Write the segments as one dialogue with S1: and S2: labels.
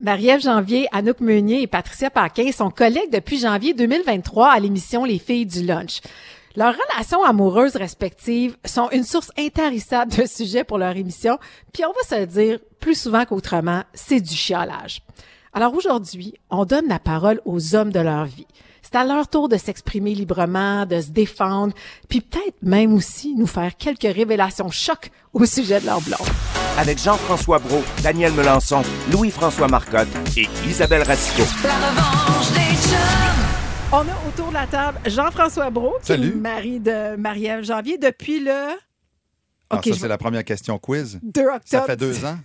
S1: Marie-Ève Janvier, Anouk Meunier et Patricia Paquin sont collègues depuis janvier 2023 à l'émission Les filles du lunch. Leurs relations amoureuses respectives sont une source intarissable de sujets pour leur émission, puis on va se le dire plus souvent qu'autrement, c'est du chialage. Alors aujourd'hui, on donne la parole aux hommes de leur vie. C'est à leur tour de s'exprimer librement, de se défendre, puis peut-être même aussi nous faire quelques révélations choc au sujet de leur blonde.
S2: Avec Jean-François Brault, Daniel Melançon, Louis-François Marcotte et Isabelle Racicot.
S3: La revanche des chums.
S1: On a autour de la table Jean-François Brault, qui est
S4: Salut.
S1: le mari de Marie-Ève Janvier, depuis le...
S4: Alors,
S1: Ok, je
S4: Ah, ça, c'est la première question quiz.
S1: 2 octobre.
S4: Ça fait deux ans.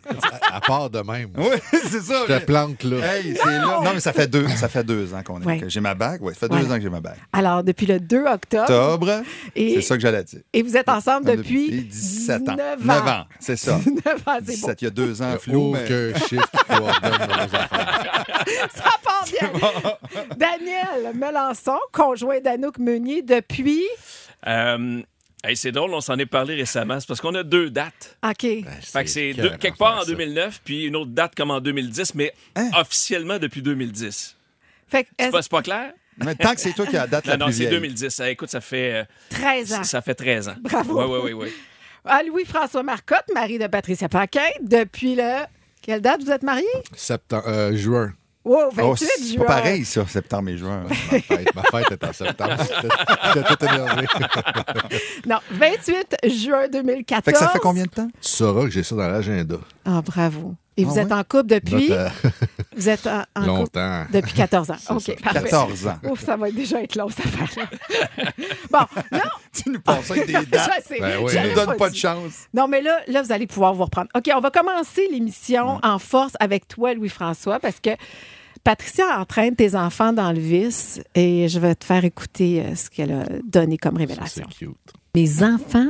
S5: À part de même.
S4: oui, c'est ça.
S5: Je te plante là.
S4: Hey, c'est là. Non, mais ça fait deux, ça fait deux ans qu'on est.
S1: Ouais.
S4: que J'ai ma bague. Oui, ça fait
S1: Ouais.
S4: deux ans que j'ai ma bague.
S1: Alors, depuis le 2 octobre.
S4: Octobre,
S1: Et-
S4: c'est ça que j'allais dire.
S1: Et vous êtes ensemble depuis,
S4: 17 Ah, ans.
S1: 19
S4: 9 ans, c'est ça.
S1: 19 ans, c'est bon.
S4: 17, il y a deux ans, flou.
S5: Flou,
S4: mais-
S5: Euh, oh, que chiffre qui coordonne nos affaires.
S1: Ça part Ah, bien. Daniel Melançon, conjoint d'Anouk Meunier depuis...
S6: Euh, hey, c'est drôle, on s'en est parlé récemment. C'est parce qu'on a deux dates.
S1: OK.
S6: Fait que c'est
S5: écœurant
S6: deux- quelque part
S5: faire
S6: en
S5: ça.
S6: 2009, puis une autre date comme en 2010, mais
S4: Hein?
S6: officiellement depuis 2010.
S1: Fait que
S6: C'est
S1: est-ce-
S6: pas, c'est pas clair?
S4: Mais tant que c'est toi qui as la date
S6: Non,
S4: la
S6: non,
S4: plus
S6: c'est
S4: vieille.
S6: 2010. Eh, écoute, ça fait, euh,
S1: 13 ans.
S6: ça fait 13 ans.
S1: Bravo.
S6: Oui, oui, oui.
S1: Ah, Louis-François Marcotte, mari de Patricia Paquin, depuis le... Quelle date vous êtes mariés?
S5: Septembre, euh, juin.
S1: Wow, 28
S4: Oh, c'est
S1: juin.
S4: pas pareil, ça, septembre et juin.
S5: Ma fête, ma fête est en septembre. J'étais tout énervé.
S1: Non, 28 juin 2014.
S4: Fait que ça fait combien de temps?
S5: Tu sauras que j'ai ça dans l'agenda.
S1: Ah, bravo. Et vous
S4: Ah
S1: êtes
S4: ouais?
S1: en couple depuis?
S5: Note, euh,
S1: Vous êtes en, en couple
S5: longtemps.
S1: depuis 14 ans.
S5: C'est
S1: OK,
S5: ça.
S1: parfait.
S4: 14 ans.
S1: Ouf, ça va être déjà être long, cette affaire-là. bon, là,
S4: tu nous penses avec des dates.
S1: je sais.
S5: Ben oui.
S4: Tu
S1: j'avais
S4: nous donnes pas de
S1: dit.
S4: chance.
S1: Non, mais là, là, vous allez pouvoir vous reprendre. OK, on va commencer l'émission en force avec toi, Louis-François, parce que Patricia entraîne tes enfants dans le vice et je vais te faire écouter euh, ce qu'elle a donné comme
S5: C'est
S1: révélation.
S5: cute.
S7: Mes enfants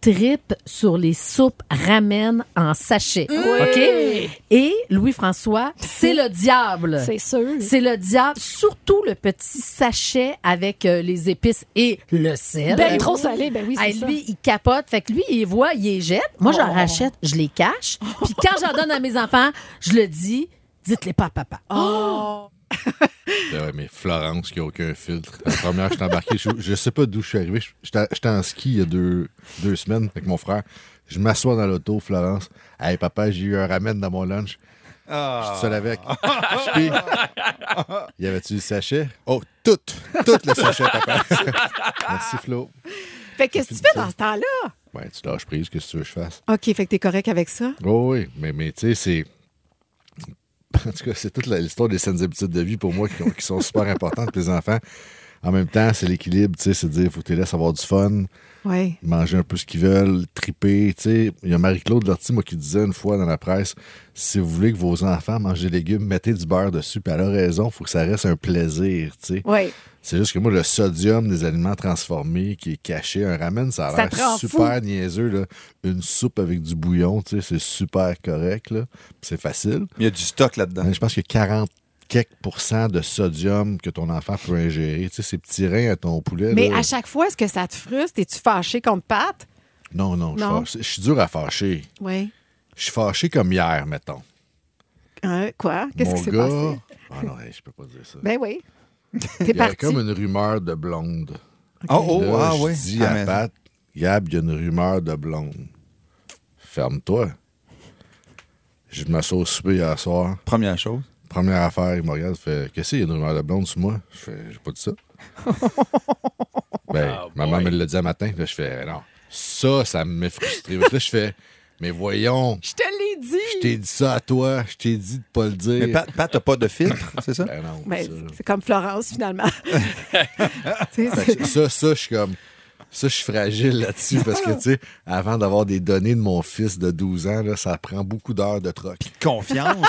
S7: tripent sur les soupes ramen en sachet. OK? Et Louis-François, c'est le diable.
S8: C'est sûr.
S7: C'est le diable, surtout le petit sachet avec euh, les épices et le sel.
S8: Ben, trop salé, ben oui, c'est
S7: Hey,
S8: ça. Oh.
S7: lui, il capote. Fait que lui, il voit, il les jette. Moi, j'en rachète, je les cache. Puis quand j'en donne à mes enfants, je le dis, dites-les pas à papa.
S5: Ben ouais, mais Florence qui n'a aucun filtre. La première, je suis embarqué. Je, je sais pas d'où je suis arrivé. Je- J'étais j'étais en ski il y a deux, deux semaines avec mon frère. Je m'assois dans l'auto, Florence. Hey papa, j'ai eu un ramen dans mon lunch. Je suis seul avec. Je pis, Y avait-tu du sachet? Oh, tout! Tout le sachet, papa. Merci, Flo.
S1: Fait que qu'est-ce que tu fais dans ce temps-là?
S5: Ouais, tu lâches prise, qu'est-ce que tu veux que je fasse?
S1: OK, fait que t'es correct avec ça?
S5: Oh oui, mais, mais tu sais, c'est. En tout cas, c'est toute la- l'histoire des saines habitudes de vie pour moi qui, ont- qui sont super importantes pour les enfants. En même temps, c'est l'équilibre, tu sais, c'est de dire, faut que tu les laisses avoir du fun,
S1: Oui.
S5: manger un peu ce qu'ils veulent, triper, tu sais. Il y a Marie-Claude Lortie, moi, qui disait une fois dans la presse, si vous voulez que vos enfants mangent des légumes, mettez du beurre dessus, puis elle a raison, faut que ça reste un plaisir, tu sais.
S1: Oui.
S5: C'est juste que moi, le sodium des aliments transformés qui est caché, un ramen, ça a
S1: Ça
S5: l'air
S1: te rend
S5: super niaiseux. Là. Une soupe avec du bouillon, tu sais, c'est super correct. là. Puis C'est facile.
S4: Il y a du stock là-dedans.
S5: Mais je pense que 40 quelques pourcents de sodium que ton enfant peut ingérer. Tu sais, ces petits reins à ton poulet.
S1: Mais
S5: là.
S1: à chaque fois, est-ce que ça te frustre? Es-tu fâché contre Pat?
S5: Non, non, je
S1: Non.
S5: fâche- je suis dur à fâcher.
S1: Oui.
S5: Je suis fâché comme hier, mettons.
S1: Hein, quoi? Qu'est-ce
S5: Mon
S1: qui s'est
S5: gars.
S1: passé?
S5: Ah non, hey, je peux pas dire ça.
S1: Ben oui. T'es
S5: Il y avait
S1: parti.
S5: comme une rumeur de blonde.
S4: Oh, oh,
S5: Là,
S4: ah
S5: je
S4: oui.
S5: dis
S4: Ah,
S5: à
S4: mais-
S5: Pat, Gab, il y a une rumeur de blonde. Ferme-toi. Je m'assois au souper hier soir.
S4: Première chose.
S5: Première affaire, il me regarde, il fait Qu'est-ce qu'il y a une rumeur de blonde sur moi Je fais J'ai pas dit ça. ben,
S4: Ah,
S6: Oh
S5: ma maman
S6: boy.
S5: me l'a dit un matin. Là, je fais ben Non. Ça, ça me met frustré. Fait que là, je fais Mais voyons,
S1: Je te l'ai
S5: je
S1: dit!
S5: t'ai dit ça à toi. Je t'ai dit de pas le dire.
S4: Mais Pat, Pat, t'as pas de filtre, c'est ça?
S5: Ben non,
S1: Ben,
S5: ça, là.
S1: c'est comme Florence, finalement. Tu sais,
S5: Fait que ça, ça, je suis comme. Ça, je suis fragile là-dessus parce que, tu sais, avant d'avoir des données de mon fils de 12 ans, là, ça prend beaucoup d'heures de troc.
S4: Confiance.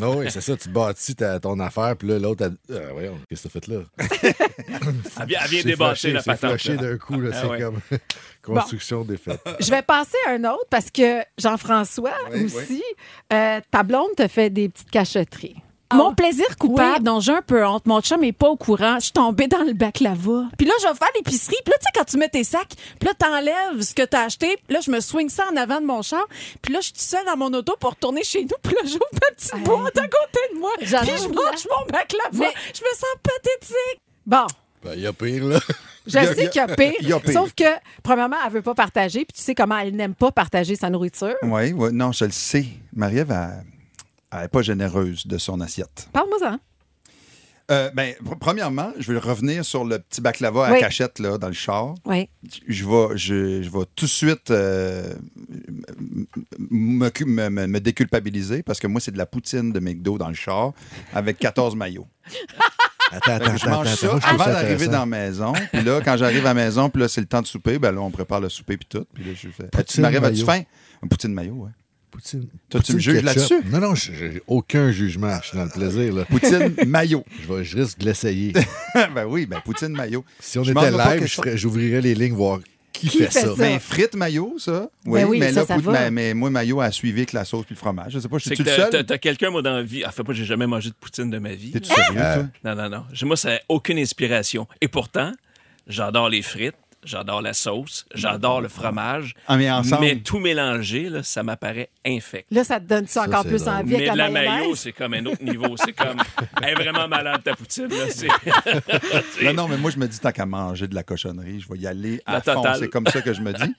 S5: Ah oui, c'est ça, tu bâtis ta- ton affaire, puis là, l'autre, elle- ah, voyons, qu'est-ce que t'as fait là?
S6: Elle vient, elle vient
S5: C'est
S6: débâcher
S5: flashé,
S6: la
S5: c'est
S6: patente.
S5: flashé
S6: là.
S5: d'un coup, là,
S6: Ah
S5: c'est
S6: ouais.
S5: comme construction des faits.
S1: Je vais passer à un autre parce que Jean-François
S4: Oui,
S1: aussi, euh, ta blonde te fait des petites cacheteries.
S7: Ah
S8: Mon plaisir coupable
S1: Oui.
S8: dont j'ai un peu honte, mon chum est pas au courant, je suis tombée dans le baklava. Puis là, je vais faire l'épicerie, puis là, tu sais, quand tu mets tes sacs, puis là, t'enlèves ce que t'as acheté, puis là, je me
S1: Ah
S8: swing ça en avant de mon char, puis là, je suis toute seule dans mon auto pour retourner chez nous, puis là, j'ouvre ma petite boîte à côté moi. Puis
S7: J'adore.
S8: je mange mon baklava.
S7: Mais-
S8: Je me sens pathétique.
S1: Bon,
S5: Ben, il y a pire, là.
S1: je
S4: Y a- y
S1: sais
S4: a-
S1: qu'il y a pire,
S4: y a pire.
S1: Sauf que, premièrement, elle veut pas partager, puis tu sais comment elle n'aime pas partager sa nourriture.
S4: Oui, oui, non, je le sais. Marie-Ève, elle- elle n'est pas généreuse de son assiette.
S1: Parle-moi-en.
S4: Euh, ben, pr- premièrement, je vais revenir sur le petit baklava à
S1: Oui.
S4: cachette là, dans le char.
S1: Oui.
S4: Je vais, je, je vais tout de suite euh, m- m- me, me- me déculpabiliser parce que moi, c'est de la poutine de McDo dans le char avec 14 maillots. Fait
S5: Attends,
S4: que
S5: attends,
S4: Ben, je
S5: attends,
S4: mange ça
S5: attends, je trouve
S4: avant
S5: ça
S4: d'arriver
S5: intéressant.
S4: dans la maison. Puis là, quand j'arrive à la maison, puis là, c'est le temps de souper, ben là, on prépare le souper puis tout. Puis là, je fais.
S5: Poutine
S4: Marie, as-tu
S5: mayo.
S4: faim? Une poutine maillot, ouais.
S5: Poutine.
S4: Toi, tu me
S5: Poutine
S4: juges
S5: ketchup.
S4: là-dessus? Ah.
S5: Non, non, j'ai- j'ai aucun jugement. Je suis dans le plaisir, là.
S4: Poutine maillot.
S5: Je, vais, je risque de l'essayer.
S4: ben oui, ben poutine maillot.
S5: Si on
S4: Je
S5: était
S4: mangerai pas
S5: live,
S4: quelque
S5: je
S4: chose.
S5: ferais- j'ouvrirais les lignes voir qui,
S1: Qui
S5: fait
S1: fait
S5: ça.
S1: ça?
S4: Ben, frites maillot, ça. Oui,
S1: Ben oui,
S4: mais
S1: ça,
S4: là,
S1: ça
S4: pout-
S1: va.
S4: mais- mais moi, maillot a suivi avec la sauce puis le fromage. Je sais pas, je
S6: C'est
S4: suis
S6: que
S4: le
S6: t'as- t'as
S4: seul.
S6: t'as quelqu'un, moi, dans la vie. Enfin, moi, j'ai jamais mangé de poutine de ma vie.
S1: Ah!
S4: T'es-tu sérieux, toi?
S6: Non, non, non. J'ai- Moi, ça n'a aucune inspiration. Et pourtant, j'adore les frites, j'adore la sauce, j'adore le fromage.
S4: Ah, mais ensemble.
S6: Mais tout mélangé, là, ça m'apparaît infect.
S1: Là, ça te donne ça
S5: Ça,
S1: encore
S5: c'est
S1: plus
S5: drôle.
S1: envie
S6: Mais
S1: avec
S6: de la mayo,
S1: mayonnaise.
S6: c'est comme un autre niveau. C'est comme, elle est vraiment malade, ta poutine. Là. C'est-
S4: Non, non, mais moi, je me dis, tant qu'à manger de la cochonnerie, je vais y aller à
S6: La
S4: fond.
S6: totale.
S4: C'est comme ça que je me dis.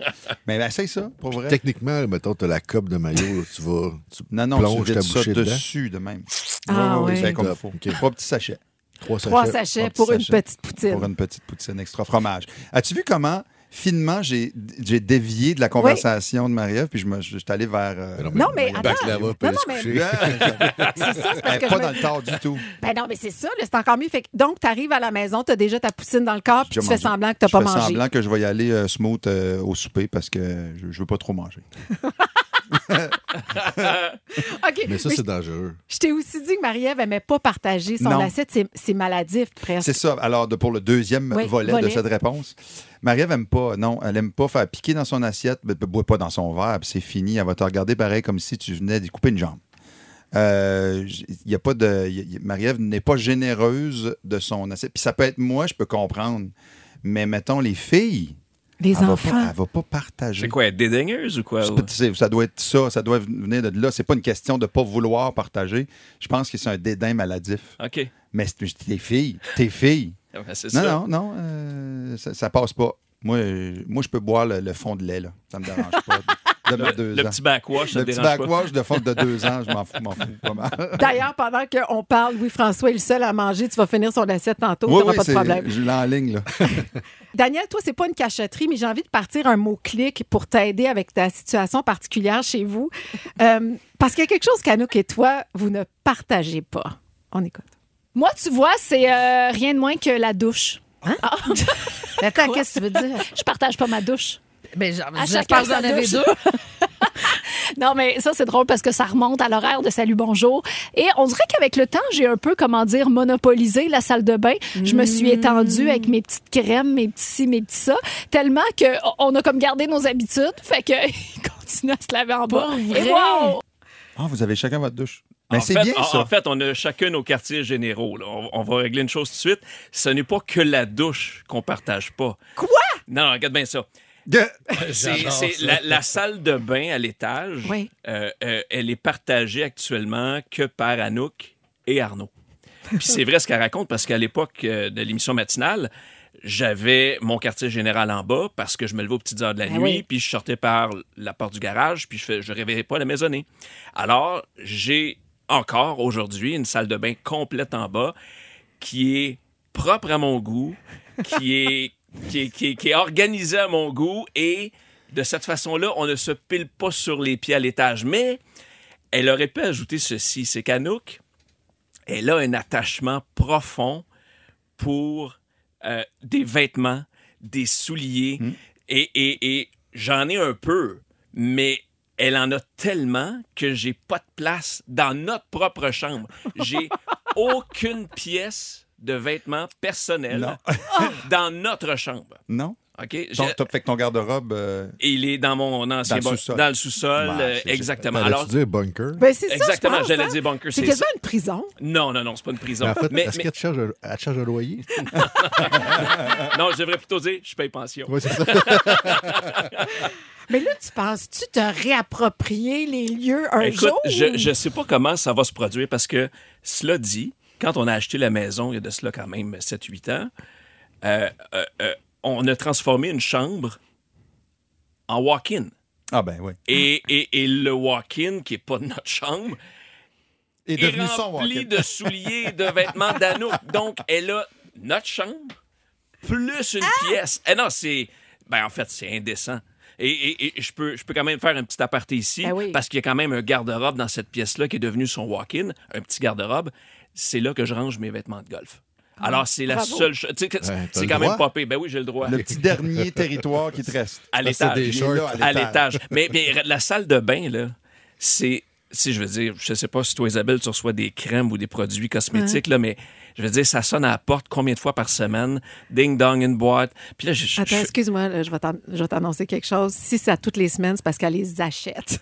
S4: Mais ben, essaye ça, pour vrai.
S5: Techniquement, mettons, t'as la coupe de maillot, là, tu vas. Tu
S4: Non, non,
S5: plonges
S4: tu
S5: ta
S4: vides ça
S5: bouchée dedans.
S4: dessus de même.
S1: Ah
S4: Oui, oui,
S1: ouais.
S4: c'est comme
S5: Top.
S4: faut.
S5: OK.
S4: Trois petits sachets
S5: Trois sachets.
S1: Trois sachets
S4: petits
S1: pour une
S4: sachets.
S1: petite poutine.
S4: pour une petite poutine extra fromage. As-tu vu comment, finement, j'ai j'ai dévié de la conversation de Marie-Ève, puis je, me, je, je suis allé vers... euh,
S1: Non, mais attends.
S5: Baklava,
S1: Non,
S5: puis aller se
S1: non, mais-
S5: coucher.
S1: C'est ça, c'est parce
S4: Elle
S1: que je
S4: est pas
S1: me
S4: dans le tort du tout.
S1: Ben non, mais c'est ça, là, c'est encore mieux. Fait que, donc, tu arrives à la maison, tu as déjà ta poutine dans le corps, puis
S4: J'ai
S1: tu fais
S4: mangé.
S1: semblant que tu n'as pas
S4: Je fais
S1: mangé.
S4: semblant que je vais y aller euh, smooth euh, au souper parce que je, je veux pas trop manger.
S1: OK.
S5: Mais ça,
S1: mais
S5: c'est dangereux.
S1: je t'ai aussi dit que Marie-Ève n'aimait pas partager son
S4: Non.
S1: assiette. C'est- C'est maladif,
S4: C'est
S1: presque.
S4: ça. Alors, de- pour le deuxième
S1: Oui,
S4: volet,
S1: volet.
S4: de cette réponse, Marie-Ève aime pas, non, elle aime pas faire piquer dans son assiette, mais ne boit pas dans son verre, puis c'est fini. Elle va te regarder pareil comme si tu venais de couper une jambe. Euh, j- y a pas de. y a- y- Marie-Ève n'est pas généreuse de son assiette. Puis ça peut être moi, je peux comprendre. Mais mettons, les filles,
S1: Les
S4: elle,
S1: enfants.
S4: Va pas, elle va pas partager.
S6: C'est quoi, euh, elle est dédaigneuse ou quoi?
S4: C'est pas- c'est- ça doit être ça, ça doit venir de là. C'est pas une question de pas vouloir partager. Je pense que c'est un dédain maladif.
S6: OK.
S4: Mais c'est- je dis, tes filles, tes filles.
S6: Ah, ben, c'est
S4: Non,
S6: ça.
S4: non, non, euh, ça, ça passe pas. Moi, euh, moi, je peux boire le, le fond de lait, là. Ça me dérange pas. De, de
S6: Le,
S4: deux
S6: le
S4: ans.
S6: petit backwash, ça
S4: le
S6: te
S4: petit
S6: dérange pas.
S4: backwash de fond de deux ans, je m'en fous, m'en fous pas mal.
S1: D'ailleurs, pendant qu'on parle, Louis-François est le seul à manger. Tu vas finir son assiette tantôt,
S4: Oui,
S1: tu n'auras
S4: oui,
S1: pas de
S4: c'est-
S1: problème.
S4: Je l'ai en ligne, là.
S1: Daniel, toi, c'est pas une cachotterie, mais j'ai envie de partir un mot-clic pour t'aider avec ta situation particulière chez vous. Euh, parce qu'il y a quelque chose qu'Anouk et toi, vous ne partagez pas. On écoute.
S9: Moi, tu vois, c'est euh, rien de moins que la douche.
S7: Mais Attends, qu'est-ce que tu veux dire?
S9: Je partage pas ma douche.
S7: Ben, genre,
S9: À
S7: j'espère
S9: chacun
S7: que vous en
S9: sa
S7: avez
S9: douche.
S7: deux.
S9: Non, mais ça, c'est drôle parce que ça remonte à l'horaire de Salut Bonjour. Et on dirait qu'avec le temps, j'ai un peu, comment dire, monopolisé la salle de bain. Je me suis étendue avec mes petites crèmes, mes petits ci, mes petits ça, tellement que o- on a comme gardé nos habitudes. Fait que ils continuent à se laver en bas.
S7: vrai?
S9: Et wow!
S4: Ah, vous avez chacun votre douche. Mais
S6: En
S4: c'est
S6: fait,
S4: bien,
S6: en-
S4: ça.
S6: En fait, on a chacun nos quartiers généraux. là. On, on va régler une chose tout de suite. Ce n'est pas que la douche qu'on partage pas. Quoi? Non, non, regarde bien ça.
S4: Que-
S6: C'est c'est la, la salle de bain à l'étage.
S1: Oui.
S6: euh, euh, elle est partagée actuellement que par Anouk et Arnaud. Puis c'est vrai ce qu'elle raconte parce qu'à l'époque euh, de l'émission matinale, j'avais mon quartier général en bas parce que je me levais aux petites heures de la
S1: Ah
S6: nuit,
S1: oui.
S6: puis je sortais par la porte du garage, puis je, fais- je réveillais pas la maisonnée. Alors, j'ai encore aujourd'hui une salle de bain complète en bas qui est propre à mon goût, qui est, qui est, qui est- qui est organisée à mon goût et de cette façon-là, on ne se pile pas sur les pieds à l'étage. Mais elle aurait pu ajouter ceci, c'est qu'Anouk, elle a un attachement profond pour euh, des vêtements, des souliers,
S4: Hmm.
S6: et, et- et j'en ai un peu, mais elle en a tellement que j'ai pas de place dans notre propre chambre. J'ai aucune pièce de vêtements personnels dans notre chambre.
S4: Non? Ton-
S6: OK? J'ai-
S4: t'as- fait que ton garde-robe. euh,
S6: Il est dans mon ancien
S4: Dans le
S6: bun-
S4: sous-sol.
S6: Dans le sous-sol,
S4: Ouais,
S6: euh,
S4: c'est- c'est-
S6: exactement.
S5: Alors,
S6: Alors,
S5: tu Ah, dire bunker?
S1: Ben, c'est ça, je
S6: exactement,
S1: pense,
S6: j'allais
S1: hein.
S6: dire bunker.
S1: C'est
S6: c'est-
S1: quasiment une prison.
S6: Non, non, non, c'est pas une prison.
S5: Mais en fait,
S6: mais,
S5: est-ce
S6: mais-
S5: qu'elle te charge, un- elle te charge un loyer?
S6: non, je devrais plutôt dire, je paye pension.
S5: Ouais, c'est ça.
S1: Mais là, tu penses-tu te réapproprier les lieux un
S6: Écoute,
S1: jour?
S6: je je sais pas comment ça va se produire parce que, cela dit, quand on a acheté la maison, il y a de cela quand même 7-8 ans, euh, euh, euh, on a transformé une chambre en walk-in.
S4: Ah, ben oui.
S6: Et, et- et le walk-in, qui n'est pas de notre chambre,
S4: Et
S6: est rempli de souliers, de vêtements d'anneaux. Donc, elle a notre chambre plus une
S1: Ah!
S6: pièce. Eh non, c'est... Ben, en fait, c'est indécent. Et, et- et je, peux, je peux quand même faire un petit aparté ici,
S1: Ben oui.
S6: parce qu'il y a quand même un garde-robe dans cette pièce-là qui est devenu son walk-in, un petit garde-robe. C'est là que je range mes vêtements de golf. Alors, c'est la
S1: Bravo.
S6: seule... cho- tu sais que
S5: Ouais, t'as
S6: c'est
S5: le
S6: quand même
S5: droit.
S6: popé. Ben oui, j'ai le droit.
S4: Le petit dernier territoire qui te reste.
S6: À
S5: Parce que c'est
S6: l'étage.
S5: des
S4: Il est là,
S5: shorts.
S6: à l'étage. Mais, mais la salle de bain, là, c'est. Si je veux dire, je sais pas si toi, Isabelle, tu reçois des crèmes ou des produits cosmétiques, là, mais je veux dire, ça sonne à la porte combien de fois par semaine? Ding dong, une boîte. Puis là, je, je-
S1: Attends, excuse-moi, là, je vais t'an- je vais t'annoncer quelque chose. Si c'est à toutes les semaines, c'est parce qu'elle les achète.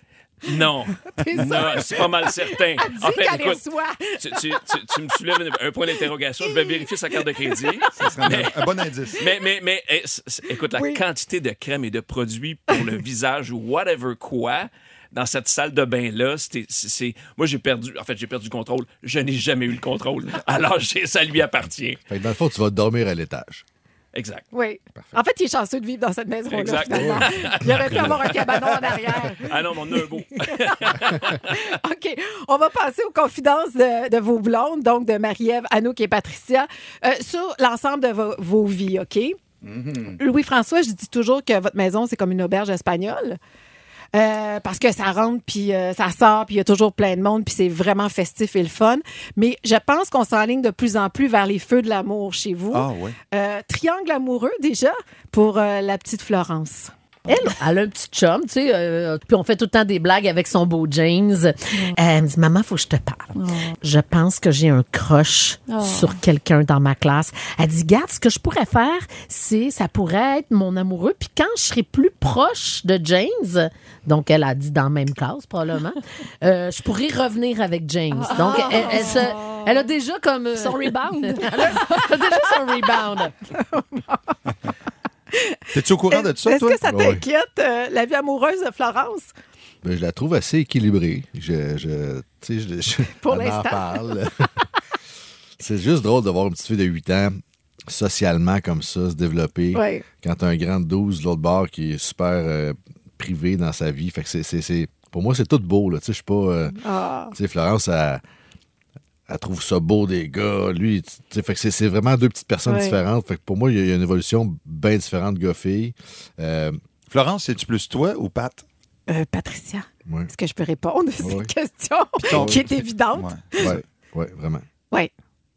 S6: Non.
S1: T'es
S6: non,
S1: sûre?
S6: c'est pas mal certain.
S1: Dis qu'elle les reçoit.
S6: tu, tu- tu- tu me soulèves une- un point d'interrogation. Je vais vérifier sa carte de crédit.
S4: Ça serait un- un bon indice.
S6: Mais, mais, mais eh, c- c- écoute, la
S1: Oui.
S6: quantité de crème et de produits pour le visage ou whatever quoi dans cette salle de bain-là, c'était- c'est. c'est- Moi, j'ai perdu. En fait, j'ai perdu le contrôle. Je n'ai jamais eu le contrôle. Alors, j'ai- ça lui appartient.
S5: Fait que dans le fond, tu vas dormir à l'étage.
S6: Exact.
S1: Oui. En fait, il est chanceux de vivre dans cette maison-là,
S6: Exact.
S1: finalement. Il aurait pu avoir un cabanon en arrière.
S6: Ah non, mais on a un beau.
S1: OK. On va passer aux confidences de, de vos blondes, donc de Marie-Ève, Anouk et Patricia, euh, sur l'ensemble de vos, vos vies, OK?
S4: Mm-hmm.
S1: Louis-François, je dis toujours que votre maison, c'est comme une auberge espagnole. Euh, parce que ça rentre, puis euh, ça sort, puis il y a toujours plein de monde, puis c'est vraiment festif et le fun. Mais je pense qu'on s'enligne de plus en plus vers les feux de l'amour chez vous.
S4: Ah, ouais.
S1: Euh, triangle amoureux, déjà, pour euh, la petite Florence.
S7: Elle, elle a un petit chum, tu sais, euh, puis on fait tout le temps des blagues avec son beau James. Euh, Elle me dit, maman, faut que je te parle. Je pense que j'ai un crush
S9: Ah.
S7: sur quelqu'un dans ma classe. Elle dit, garde, ce que je pourrais faire, c'est, ça pourrait être mon amoureux. Puis quand je serai plus proche de James, donc elle a dit dans la même classe probablement, euh, je pourrais revenir avec James. Donc elle, elle se- elle a déjà comme euh,
S9: Ah. Son rebound.
S7: elle a déjà son rebound.
S4: T'es-tu au courant de ça,
S1: Est-ce
S4: toi?
S1: que ça
S5: Ah ouais.
S1: t'inquiète, euh, la vie amoureuse de Florence?
S5: Ben, je la trouve assez équilibrée. Je, je, tu sais, je, je-
S1: Pour
S5: on en
S1: l'instant.
S5: parle. c'est juste drôle de voir une petite fille de 8 ans socialement comme ça se développer.
S1: Ouais.
S5: Quand t'as un grand de 12 de l'autre bord qui est super euh, privé dans sa vie. Fait que c'est, c'est- c'est- pour moi, c'est tout beau. Là. Tu sais, Je suis pas. euh,
S1: Ah.
S5: tu sais, Florence, elle, elle trouve ça beau des gars. Lui, tu sais, fait que c'est, c'est vraiment deux petites personnes
S1: Ouais.
S5: différentes. Fait que pour moi, il y, a- il y a une évolution bien différente gars-fille. Euh,
S4: Florence, c'est-tu plus toi ou Pat?
S1: Euh, Patricia,
S5: ouais.
S1: est-ce que je peux répondre à cette
S5: Oui.
S1: question
S4: ton-
S1: qui est évidente?
S4: Euh, Ouais.
S5: Ouais, ouais, vraiment.
S1: Oui.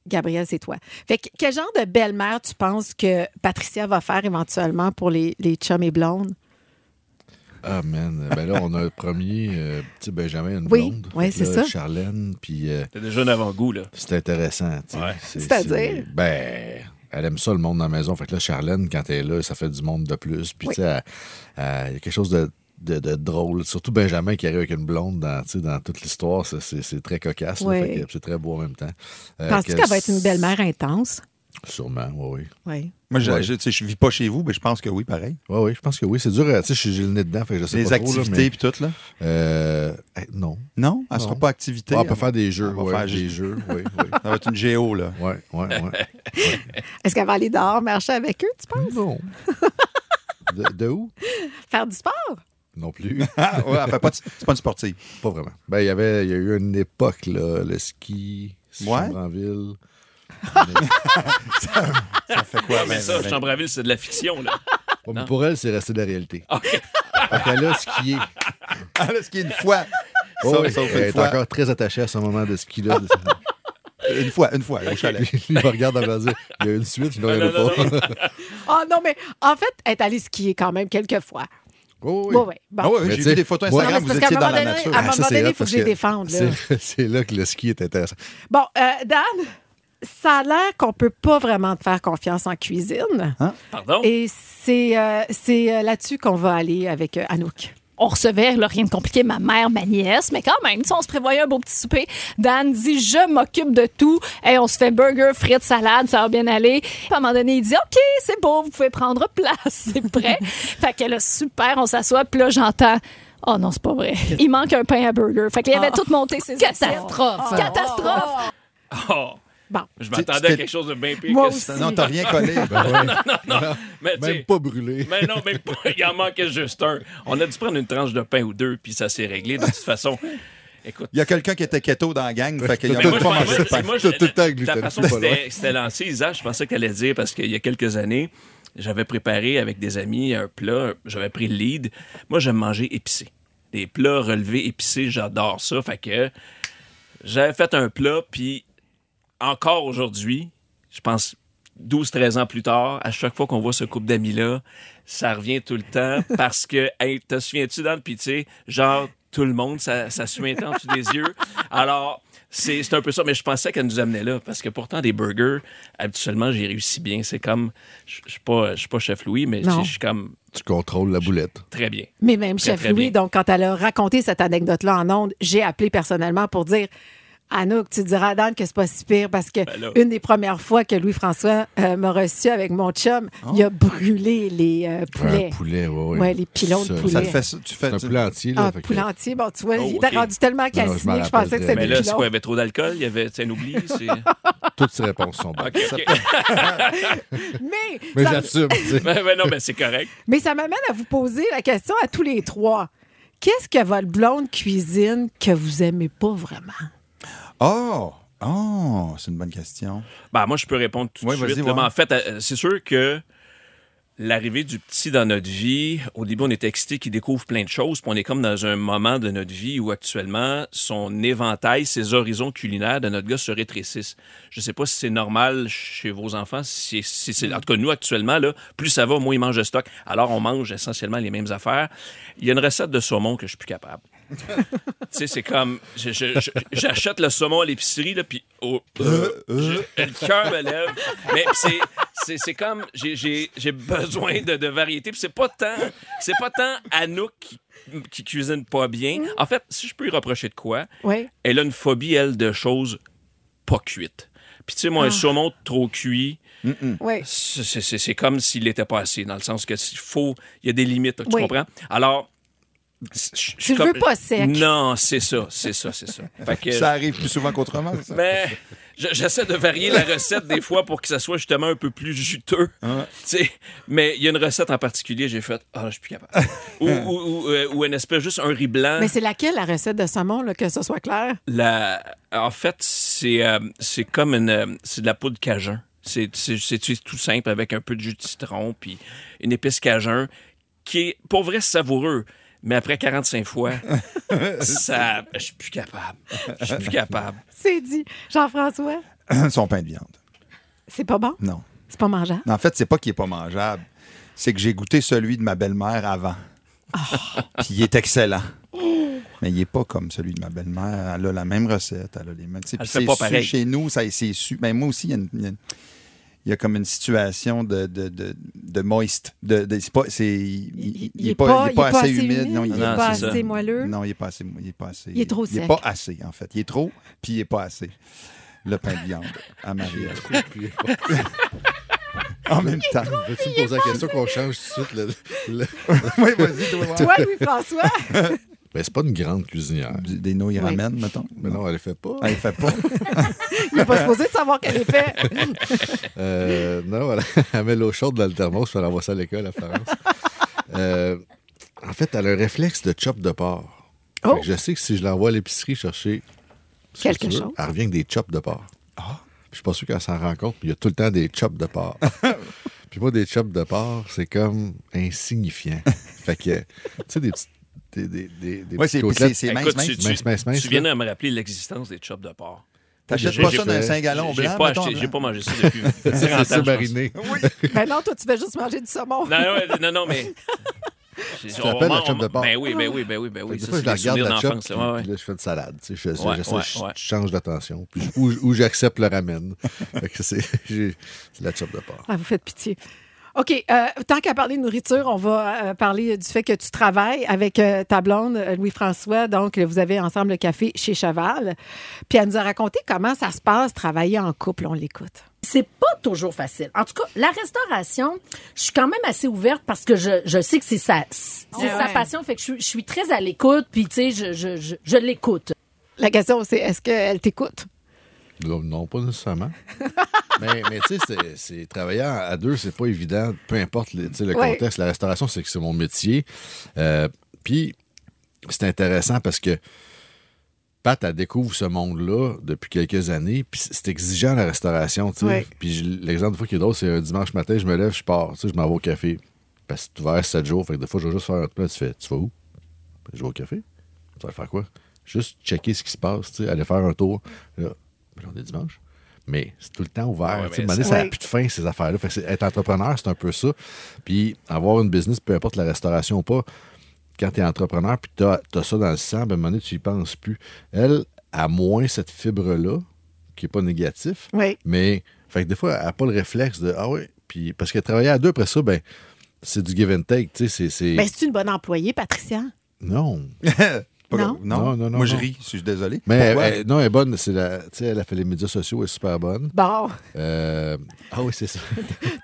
S1: Gabrielle, c'est toi. Fait que, quel genre de belle-mère tu penses que Patricia va faire éventuellement pour les, les chums et blondes?
S5: Ah, man. Ben là, on a le premier, euh, petit Benjamin, une
S1: Oui,
S5: blonde.
S1: ouais,
S5: Fait que
S1: c'est
S5: là,
S1: ça.
S5: Charlène, puis euh,
S6: T'as déjà un avant-goût, là.
S5: c'est intéressant. tu sais.
S6: Ouais.
S5: C'est-
S1: C'est-à-dire?
S5: c'est- Ben, elle aime ça, le monde dans la maison. Fait que là, Charlène, quand elle est là, ça fait du monde de plus. Puis,
S1: Oui.
S5: tu sais, elle- elle- il y a quelque chose de, de- de drôle. Surtout Benjamin qui arrive avec une blonde dans, tu sais, dans toute l'histoire. ça, C'est c'est très cocasse. là.
S1: Ouais.
S5: Fait que C'est très beau en même temps. Euh,
S1: Penses-tu
S5: que-
S1: qu'elle va être une belle-mère intense?
S5: Sûrement, oui, oui.
S1: Oui.
S4: Moi, je,
S5: Ouais.
S4: je, tu sais, je vis pas chez vous, mais je pense que oui, pareil.
S5: Oui, oui, je pense que oui. C'est dur. à- Tu sais, j'ai- j'ai le nez dedans, fait que je sais
S4: Les
S5: pas trop, là,
S4: activités
S5: mais-
S4: puis tout, là.
S5: Euh, eh, non.
S4: Non, elle sera
S5: Non.
S4: pas activité.
S5: Ah, on peut faire des jeux.
S4: On va
S5: ouais,
S4: faire ju-
S5: des jeux, oui, oui.
S4: Ça va être une géo, là.
S5: Ouais, ouais, ouais.
S1: Est-ce qu'elle va aller dehors marcher avec eux, tu penses?
S5: Non. De, de où?
S1: Faire du sport?
S5: Non plus.
S4: Ah, ouais, elle fait pas de- c'est pas une sportive.
S5: Pas vraiment. Ben, il y avait, il y a eu une époque, là, le ski,
S4: Ouais.
S5: en ville.
S4: Ça fait quoi,
S6: Ah,
S4: ben,
S6: Mais ça, Chambraville, c'est de la fiction, là.
S5: mais pour elle, c'est resté de la réalité. OK. Fait qu'elle a skié.
S4: Ah, là, ce qui est une fois.
S5: Oh,
S4: Ça,
S5: oui.
S4: ça, on fait
S5: elle
S4: une
S5: est
S4: fois.
S5: encore très attachée à ce moment de ski-là.
S4: Une fois, une fois, au chalet.
S5: Lui, il me regarde en me disant, il y a une suite, je n'en
S6: Non,
S5: ai
S6: non, non,
S5: pas.
S1: Ah non, mais en fait, elle est allée skier quand même quelques fois.
S5: Oh,
S1: Oui, oui. Bon.
S4: Ah ouais,
S5: Mais
S4: j'ai
S5: tu sais,
S4: vu des photos
S5: moi-
S1: Non,
S5: Ah,
S1: mais
S4: Instagram,
S1: c'est parce
S4: vous
S1: qu'à
S4: étiez
S1: un
S4: dans
S1: moment
S4: la
S1: donné,
S4: nature.
S1: à un moment
S5: ça, c'est
S1: donné,
S5: hot
S1: il faut que
S5: parce
S1: je les défende, là.
S5: C'est c'est là que le ski est intéressant.
S1: Bon, euh, Dan, ça a l'air qu'on peut pas vraiment te faire confiance en cuisine.
S6: Pardon?
S1: Et c'est euh, c'est euh, là-dessus qu'on va aller avec euh, Anouk.
S9: on recevait, là, rien de compliqué, ma mère, ma nièce, mais quand même, tu sais, on se prévoyait un beau petit souper. Dan dit, je m'occupe de tout. et on se fait burger, frites, salade, ça va bien aller. Puis à un moment donné, il dit, OK, c'est beau, vous pouvez prendre place, c'est prêt. fait que là, super, on s'assoit, puis là, j'entends, oh non, c'est pas vrai. Il manque un pain à burger. Fait qu'il avait tout monté ses assiettes.
S7: Catastrophe.
S9: Catastrophe.
S6: Oh.
S1: Bon.
S6: Je m'attendais à
S4: c'était-
S6: quelque chose de bien pire
S1: Moi
S6: que
S1: aussi.
S6: ça.
S4: Ah Non, t'as rien collé.
S5: Ben
S6: Mais, tu sais,
S5: Même pas brûlé.
S6: mais non, mais pas- il en manquait juste un. On a dû prendre une tranche de pain ou deux, puis ça s'est réglé de toute façon. Écoute.
S4: Il y a quelqu'un qui était keto dans la gang, fait qu'il y a
S6: Mais
S4: pas
S6: moi, je pensais-
S4: mangé de pain.
S6: moi, je-
S5: Tout- tout le temps gluten,
S6: la façon
S5: c'est
S6: que
S5: pas loin.
S6: c'était- c'était lancé, Isa, je pensais qu'elle allait dire, parce qu'il y a quelques années, j'avais préparé avec des amis un plat, j'avais pris le lead. Moi, j'aime manger épicé. Des plats relevés épicés, j'adore ça. Fait que j'avais fait un plat, puis encore aujourd'hui, je pense 12-13 ans plus tard, à chaque fois qu'on voit ce couple d'amis-là, ça revient tout le temps parce que, hey, te souviens-tu dans le pitié, genre, tout le monde, ça, ça suintait en dessous des yeux. Alors, c'est c'est un peu ça, mais je pensais qu'elle nous amenait là parce que pourtant, des burgers, habituellement, j'y réussis bien. C'est comme, je je suis pas, je suis pas chef Louis, mais tu sais,
S1: Non.
S6: je suis comme
S5: Tu contrôles la boulette.
S6: très bien.
S1: Mais même
S6: Très,
S1: Chef
S6: très
S1: Louis,
S6: bien.
S1: donc quand elle a raconté cette anecdote-là en ondes, j'ai appelé personnellement pour dire Anouk, tu diras à Dan que c'est pas si pire parce que
S6: Ben là.
S1: une des premières fois que Louis-François euh, m'a reçu avec mon chum, il a brûlé les euh, poulets.
S5: Oh. Un poulet, ouais, ouais.
S1: Ouais, les pilons de
S5: Ça-
S1: poulet.
S4: Ça te fait ça. Tu fais.
S5: C'est un
S4: tu-
S5: poulet entier, là.
S1: Ah,
S5: fait que-
S1: poulet entier. Bon, tu vois,
S6: Oh,
S1: il était
S6: ok.
S1: rendu tellement
S5: je m'en
S1: calciné que je
S5: rappelle
S1: pensais que
S5: de-
S1: c'était
S6: Mais
S1: des
S6: là, c'est
S1: pilons.
S6: quoi? Il y avait trop d'alcool? Il y avait, c'est un oubli? C'est... OK,
S5: Toutes ces réponses sont bonnes.
S6: OK.
S1: Mais,
S5: Ah, Mais
S1: ça-
S5: j'assume, tu sais.
S6: mais, mais Ben, non, mais c'est correct.
S1: mais ça m'amène à vous poser la question à tous les trois. Qu'est-ce que votre blonde cuisine que vous aimez pas vraiment?
S4: Oh! Oh! C'est une bonne question.
S6: Ben, moi, je peux répondre tout
S4: Ouais,
S6: de suite.
S4: vas-y,
S6: là.
S4: ouais.
S6: Mais en fait, euh, c'est sûr que l'arrivée du petit dans notre vie, au début, on est excité qu'il découvre plein de choses, puis on est comme dans un moment de notre vie où actuellement, son éventail, ses horizons culinaires de notre gars se rétrécissent. Je sais pas si c'est normal chez vos enfants. Si, si c'est- en tout cas, nous, actuellement, là, plus ça va, moins ils mangent de stock. Alors, on mange essentiellement les mêmes affaires. Il y a une recette de saumon que je suis plus capable. Tu sais, c'est comme. je- je- je- J'achète le saumon à l'épicerie, là, puis. oh, euh, je- le cœur me lève. Mais c'est- c'est c'est comme. j'ai- J'ai j'ai besoin de, de variété, puis c'est pas tant. C'est pas tant Anouk qui, qui cuisine pas bien. En fait, si je peux y reprocher de quoi,
S1: Oui.
S6: elle a une phobie, elle, de choses pas cuites. Puis, tu sais, moi, un saumon trop cuit, Hmm.
S1: Oui.
S6: c'est- c'est c'est- c'est comme s'il n'était pas assez, dans le sens que s'il faut, il y a des limites, tu
S1: Oui.
S6: comprends? Alors, je- je-
S1: Tu le
S6: comme-
S1: veux pas sec.
S6: Non, c'est ça, c'est ça, c'est ça. Fait que-
S4: Ça arrive plus souvent qu'autrement, ça.
S6: mais je- j'essaie de varier la recette des fois pour que ça soit justement un peu plus juteux. Tu sais, Mais il y a une recette en particulier, j'ai faite, ah, je suis plus capable. ou, ou, ou, euh, ou une espèce, juste un riz blanc.
S1: Mais c'est laquelle la recette de saumon, là, que ce soit clair?
S6: La- En fait, c'est euh, c'est comme une, euh, c'est de la poudre cajun. C'est c'est- c'est- c'est tout simple avec un peu de jus de citron puis une épice cajun qui est pour vrai savoureux. Mais après 45 fois, ça, je suis plus capable. Je suis plus capable.
S1: C'est dit. Jean-François,
S4: Son pain de viande.
S1: c'est pas bon?
S4: Non.
S1: C'est pas mangeable?
S4: En fait, c'est pas qu'il est pas mangeable. C'est que j'ai goûté celui de ma belle-mère avant. Puis il est excellent. Mais il est pas comme celui de ma belle-mère. Elle a la même recette. Elle a les mêmes. tu sais,
S6: Elle
S4: puis
S6: fait
S4: c'est
S6: pas
S4: su
S6: pareil.
S4: Chez nous, ça, c'est su. Mais moi aussi, il y a une- il y, a une- il y a comme une situation de, de, de, de moist. De, de- c'est pas, c'est, il- il, il est pas, il est pas assez humide. Non, il
S6: est
S4: est
S1: pas
S6: c'est ça.
S1: assez moelleux.
S4: Non, il est pas assez. mou- Il est pas assez.
S1: Il est trop
S4: Il
S1: sec.
S4: est pas assez, en fait. Il est trop, puis il est pas assez. Le pain de viande à marie
S5: Puis,
S4: En même temps.
S5: Veux-tu me poser la question qu'on change tout de suite? le- le-
S4: oui, vas-y, toi, Laurent.
S1: Toi, Louis-François,
S5: Ben, c'est pas une grande cuisinière.
S4: Du- Des nouilles
S1: Oui.
S4: ramen, mettons.
S5: Mais non, elle le fait pas.
S4: Ah, il fait pas.
S1: il est pas supposé de savoir qu'elle est faite.
S5: Euh, non, elle, elle met l'eau chaude dans le thermos, puis elle envoie ça à l'école à Florence. Euh, en fait, elle a un réflexe de chop de porc. Fait que
S1: Oh.
S5: Je sais que si je l'envoie à l'épicerie chercher ce que
S1: Quelque
S5: tu veux,
S1: chose.
S5: elle revient avec des chops de porc. Puis Je suis pas sûr qu'elle s'en rend compte, mais il y a tout le temps des chops de porc. puis moi, des chops de porc, c'est comme insignifiant. fait que, tu sais, des petites. Des, des, des, des
S4: Ouais,
S5: petites
S4: c'est
S5: côtelettes.
S4: c'est- c'est mince,
S6: Écoute,
S4: mince.
S6: tu, tu-
S5: mince, mince, mince,
S6: tu viens
S5: là.
S6: de me rappeler l'existence des chops de porc.
S4: T'achètes
S6: J'ai-
S4: pas
S6: j'ai
S4: ça
S5: fait-
S4: dans un Saint-Gallon
S6: J'ai
S4: blanc,
S6: j'ai pas
S4: mettons,
S6: acheté, j'ai
S4: blanc.
S6: pas mangé ça depuis 40 ans,
S5: C'est
S6: je pense.
S5: mariné.
S1: Ben non, toi, tu fais juste manger du saumon.
S6: Non, non, non, non, mais Tu
S5: rappelles la chum de porc?
S6: Ben oui, ben oui, ben oui, ben
S5: Fait que
S6: oui.
S5: des
S6: ça,
S5: fois,
S6: c'est
S5: je la
S6: des
S5: regarde
S6: souvenirs
S5: la chope,
S6: d'enfance,
S5: puis,
S6: là. Ouais, ouais.
S5: puis là, je fais une salade. Tu sais, je, je-
S6: Ouais,
S5: j'essaie-
S6: ouais,
S5: je
S6: ouais.
S5: change d'attention. Puis, je- ou, ou j'accepte le ramen. Fait que c'est j'ai- c'est la chope de porc.
S1: Ah, vous faites pitié. OK, euh, tant qu'à parler de nourriture, on va euh, parler du fait que tu travailles avec euh, ta blonde, euh, Louis-François. Donc, vous avez ensemble le café chez Cheval. Puis, elle nous a raconté comment ça se passe travailler en couple. On l'écoute.
S7: C'est pas toujours facile. En tout cas, la restauration, je suis quand même assez ouverte parce que je, je sais que c'est sa, c'est sa
S1: ouais.
S7: passion. Fait que je, suis- je suis très à l'écoute, puis tu sais, je, je, je, je l'écoute.
S1: La question, c'est est-ce qu'elle t'écoute?
S5: Non, non, pas nécessairement. mais mais tu sais, c'est- c'est travailler à deux, c'est pas évident. Peu importe le, tu sais, le
S1: Ouais.
S5: contexte, la restauration, c'est que c'est mon métier. Euh, Puis, c'est intéressant parce que Pat, elle découvre ce monde-là depuis quelques années, puis c'est exigeant la restauration, tu sais.
S1: Ouais.
S5: Puis je- l'exemple de fois qui est drôle, c'est un dimanche matin, je me lève, je pars, tu sais, je m'en vais au café. Parce que c'est ouvert 7 jours, fait que des fois, je vais juste faire un plat, tu fais, tu vas où? Ben, Je vais au café. Tu vas faire quoi? Juste checker ce qui se passe, tu sais, aller faire un tour. Là, ben là, on est dimanche. Mais c'est tout le temps ouvert.
S6: Ouais,
S5: tu sais,
S6: mais
S5: à un moment donné,
S1: ça-
S5: ça n'a
S1: Oui.
S5: plus de fin, ces affaires-là. Fait que c'est- être entrepreneur, c'est un peu ça. Puis avoir une business, peu importe la restauration ou pas, quand tu es entrepreneur puis tu as, ça dans le sang, ben, à un moment donné, tu y penses plus. Elle a moins cette fibre-là, qui n'est pas négatif,
S1: Oui.
S5: mais fait que des fois, elle n'a pas le réflexe de Ah oui, puis parce que travailler à deux après ça, ben c'est du give and take, tu sais, c'est- c'est.
S1: Ben, c'est une bonne employée, Patricia.
S5: non.
S4: Pas
S1: Non.
S4: grave.
S5: Non, non, non,
S4: Moi, je
S5: non.
S4: ris. Je suis désolé.
S5: Mais euh, elle-
S4: Pourquoi?
S5: elle- non, elle est bonne. c'est la- tu sais, elle a fait les médias sociaux, elle est super bonne.
S1: Bon,
S5: Euh, ah oui, c'est ça.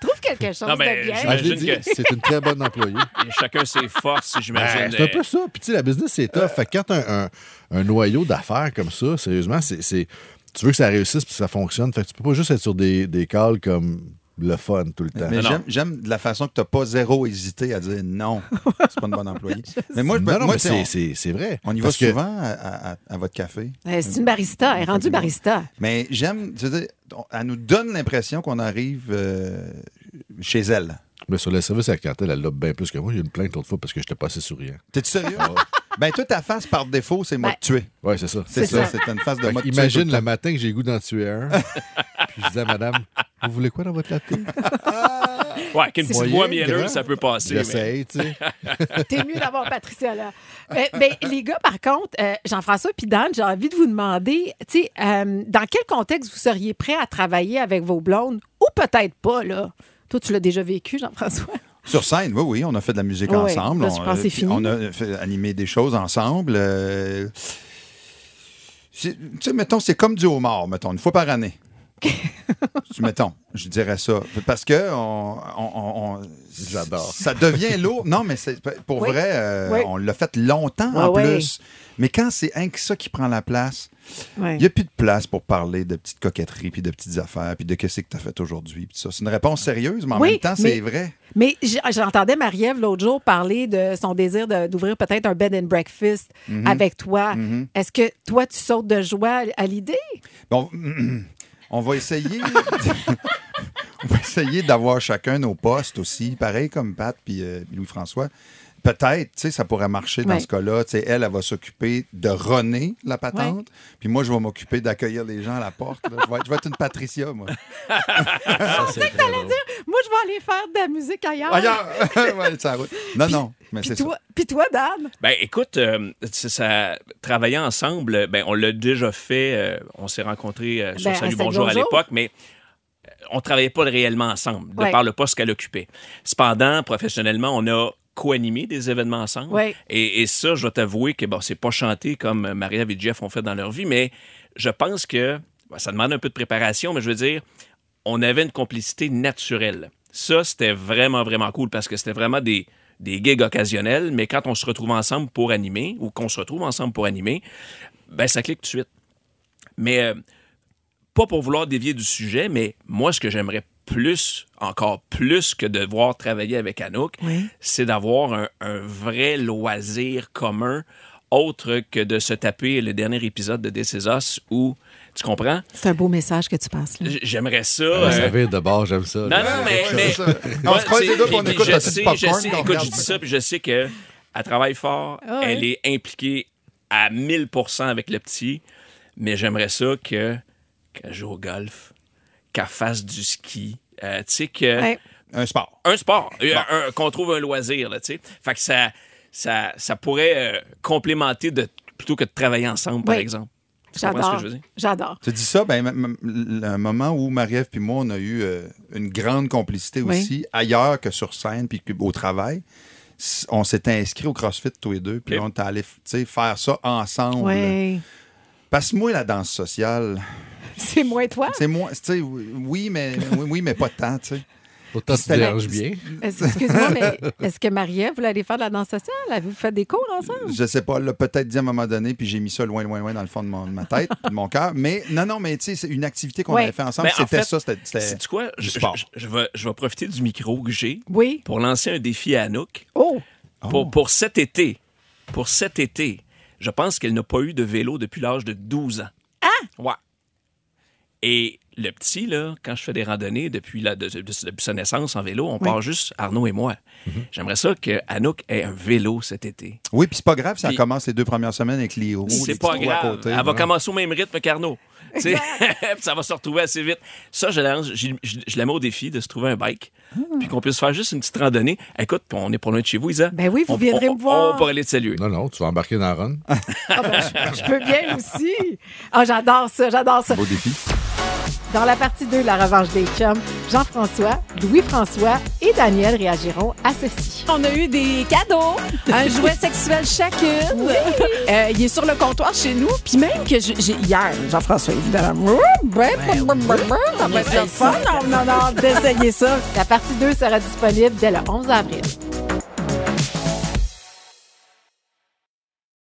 S1: trouve quelque chose
S6: Non, mais
S1: de bien.
S5: Ah, je l'ai
S6: J'imagine
S5: dit,
S6: que-
S5: c'est une très bonne employée.
S6: Et Chacun ses forces, j'imagine.
S5: Ben, c'est un peu ça. Puis, tu sais, la business, c'est tough. Fait que quand t'as un, un- un noyau d'affaires comme ça, sérieusement, c'est, c'est- tu veux que ça réussisse puis que ça fonctionne. Fait que tu peux pas juste être sur des, des calls comme le fun tout le temps.
S4: Mais
S6: Non,
S4: j'aime-
S6: non.
S4: j'aime de la façon que tu n'as pas zéro hésité à dire non, c'est pas une bonne employée. mais moi, je peux-
S5: Non, non,
S4: moi, tu
S5: mais
S4: sais,
S5: c'est,
S4: on-
S5: c'est- c'est vrai.
S4: on, y va
S5: Parce que-
S4: souvent à, à- à- à votre café.
S1: Euh, c'est une barista. Elle est rendue barista.
S4: Mais j'aime, tu sais, on- elle nous donne l'impression qu'on arrive euh, chez elle.
S5: mais sur le service à la clientèle, elle l'a bien plus que moi. J'ai eu une plainte l'autre fois parce que j'étais pas assez souriant.
S4: T'es-tu sérieux?
S5: Ah
S4: ben, toute ta face, par défaut, c'est moi
S1: Ben,
S4: de tuer.
S5: Ouais, c'est ça.
S4: C'est ça,
S1: ça.
S4: c'est une face de
S5: Fait
S4: moi de
S5: que
S4: tuer.
S5: Ben, imagine
S4: tout
S5: le matin que j'ai le goût d'en tuer un. puis je disais à madame, vous voulez quoi dans votre latte?
S4: Ah,
S6: Euh, Ouais, avec une petite voix
S5: moyen,
S6: mielleuse,
S5: grand.
S6: ça peut passer. mais-
S5: J'essaye, tu sais.
S1: T'es mieux d'avoir Patricia là. Mais, mais les gars, par contre, euh, Jean-François puis Dan, j'ai envie de vous demander, tu sais, euh, dans quel contexte vous seriez prêt à travailler avec vos blondes ou peut-être pas, là? Toi, tu l'as déjà vécu, Jean-François.
S4: le- Sur scène, oui, oui, on a fait de la musique
S1: Ouais,
S4: ensemble.
S1: là, je
S4: on,
S1: pense que c'est
S4: puis
S1: fini.
S4: on a fait- animé des choses ensemble. euh, c'est- tu sais, mettons, c'est comme du homard, mettons, une fois par année. Tu- mettons, je dirais ça. Parce que on, on- on- on-
S5: J'adore.
S4: Ça devient lourd. Non, mais c'est, pour
S1: Oui.
S4: vrai, euh,
S1: Oui. Ah
S4: on l'a fait longtemps en
S1: Ouais, ouais.
S4: plus. Mais quand c'est un que ça qui prend la place,
S1: Ouais.
S4: Il n'y a plus de place pour parler de petites coquetteries, puis de petites affaires, puis de qu'est-ce que tu as fait aujourd'hui. puis tout ça. C'est une réponse sérieuse, mais en
S1: Oui,
S4: même temps,
S1: mais-
S4: c'est vrai.
S1: Mais j- j'entendais Marie-Ève l'autre jour parler de son désir de- d'ouvrir peut-être un bed and breakfast
S6: Mm-hmm.
S1: avec toi. Est-ce que toi, tu sautes de joie à- à l'idée?
S4: Bon, on va essayer. on va essayer d'avoir chacun nos postes aussi, pareil comme Pat puis euh, puis Louis-François. Peut-être, tu sais, ça pourrait marcher dans
S1: Ouais.
S4: ce cas-là. Tu sais, elle, elle va s'occuper de runner la patente, puis moi, je vais m'occuper d'accueillir les gens à la porte. là. Je, vais être, je vais être une Patricia, moi.
S1: Moi, je vais aller faire de la musique ailleurs.
S4: Ailleurs! Ouais, ça roule. Non, non, mais
S1: Puis
S4: c'est ça.
S1: toi, puis toi, Dan?
S6: Ben écoute, euh, c'est ça, travailler ensemble, ben on l'a déjà fait. euh, on s'est rencontrés euh, sur
S1: Ben, à
S6: Salut
S1: Salut,
S6: Bonjour à
S1: Bonjour.
S6: l'époque, mais euh, on travaillait pas réellement ensemble, de
S1: Ouais.
S6: par le poste qu'elle occupait. Cependant, professionnellement, on a co-animé des événements ensemble.
S1: Ouais.
S6: Et, et ça, je dois t'avouer que bon, c'est pas chanté comme Maria et Jeff ont fait dans leur vie, mais je pense que ben, ça demande un peu de préparation, mais je veux dire, on avait une complicité naturelle. Ça, c'était vraiment, vraiment cool parce que c'était vraiment des, des gigs occasionnels, mais quand on se retrouve ensemble pour animer ou qu'on se retrouve ensemble pour animer, ben ça clique tout de suite. Mais euh, pas pour vouloir dévier du sujet, mais moi, ce que j'aimerais plus, encore plus que de devoir travailler avec Anouk, c'est d'avoir un, un vrai loisir commun autre que de se taper le dernier épisode de This Is Us où, tu comprends?
S1: C'est un beau message que tu passes. là.
S6: J- J'aimerais ça...
S5: Ça
S6: euh,
S5: vire de bord, j'aime ça.
S6: non,
S5: là.
S6: non, mais. mais
S4: ça.
S6: moi,
S4: On se croise les
S6: c'est-
S4: doigts, puis on
S6: puis
S4: écoute
S6: je
S4: la petite
S6: sais,
S4: popcorn,
S6: Je sais,
S4: puis on
S6: écoute,
S4: regarde.
S6: je dis ça, puis je sais que elle travaille fort,
S1: Ah
S6: elle est impliquée à 1000 avec le petit, mais j'aimerais ça que qu'elle joue au golf, qu'elle fasse du ski, euh, tu sais, que.
S1: Ouais.
S4: Un sport.
S6: un sport, euh, un- qu'on trouve un loisir, là, tu sais. Fait que ça, ça, ça pourrait euh, complémenter de, plutôt que de travailler ensemble, par
S1: Oui.
S6: exemple. Tu comprends ce que
S1: J'adore.
S6: je veux dire?
S1: J'adore.
S4: Tu dis ça, ben, m- m- un moment où Marie-Ève puis moi, on a eu euh, une grande complicité
S1: Oui.
S4: aussi, ailleurs que sur scène, puis que- au travail. S- On s'était inscrits au CrossFit tous les deux, puis
S6: Ok.
S4: on est allé tu sais, faire ça ensemble.
S1: Oui.
S4: Parce que moi, la danse sociale,
S1: C'est moins
S6: Ah.
S1: toi.
S4: c'est moi, tu sais, oui, mais, oui, oui, mais pas tant, tu sais.
S5: Pourtant, tu te
S4: C'était la-
S5: déranges bien.
S1: Est-ce- Excuse-moi, mais est-ce que Marie-Ève, vous allez faire de la danse sociale? Avez-vous fait des cours
S6: Ah.
S1: ensemble?
S4: Je sais pas, là, peut-être dit à un moment donné, puis j'ai mis ça loin, loin, loin dans le fond de, mon- de ma tête, de mon cœur. Mais non, non, mais tu sais, c'est une activité qu'on
S1: Ouais.
S4: avait fait ensemble,
S6: Ben, en
S4: c'était
S6: fait,
S4: ça, c'était- c'était.
S6: Sais-tu quoi? Je,
S4: du sport.
S6: je- je vais, je vais profiter du micro que j'ai
S1: Oui.
S6: pour lancer un défi à Anouk.
S1: Oh!
S6: Pour, pour cet été, pour cet été, je pense qu'elle n'a pas eu de vélo depuis l'âge de 12 ans. Ah! Ouais. Et le petit, là, quand je fais des randonnées depuis, la, de- de- depuis sa naissance en vélo, on part juste Arnaud et moi. J'aimerais ça que Anouk ait un vélo cet été.
S4: Oui, puis c'est pas grave, ça
S6: Puis-
S4: commence les deux premières semaines avec les roues, les
S6: C'est
S4: petits
S6: pas
S4: trous à
S6: grave.
S4: côté.
S6: Elle va
S4: Ouais.
S6: commencer au même rythme qu'Arnaud. Tu sais, Puis ça va se retrouver assez vite. Ça, je la, je, je- je la mets au défi de se trouver un bike,
S1: Ah.
S6: puis qu'on puisse faire juste une petite randonnée. Écoute, on est pas loin de chez vous, Isa.
S1: Ben oui, vous
S6: On-
S1: viendrez
S6: on-
S1: me voir.
S6: On pourrait aller te saluer.
S5: Non, non, tu vas embarquer dans la run.
S1: Ah ben, je, je peux bien aussi. Ah, j'adore ça, j'adore ça.
S4: Beau défi.
S1: Dans la partie 2 de la revanche des chums, Jean-François, Louis-François et Daniel réagiront à ceci.
S8: On a eu des cadeaux, un jouet sexuel chacune. Euh, il est sur le comptoir chez nous. Puis même que je- j'ai hier, Jean-François, évidemment. Ben, ben, ben, ben, ben, ça va être le fun. Non, non, non, d'essayer ça.
S1: La partie 2 sera disponible dès le 11 avril.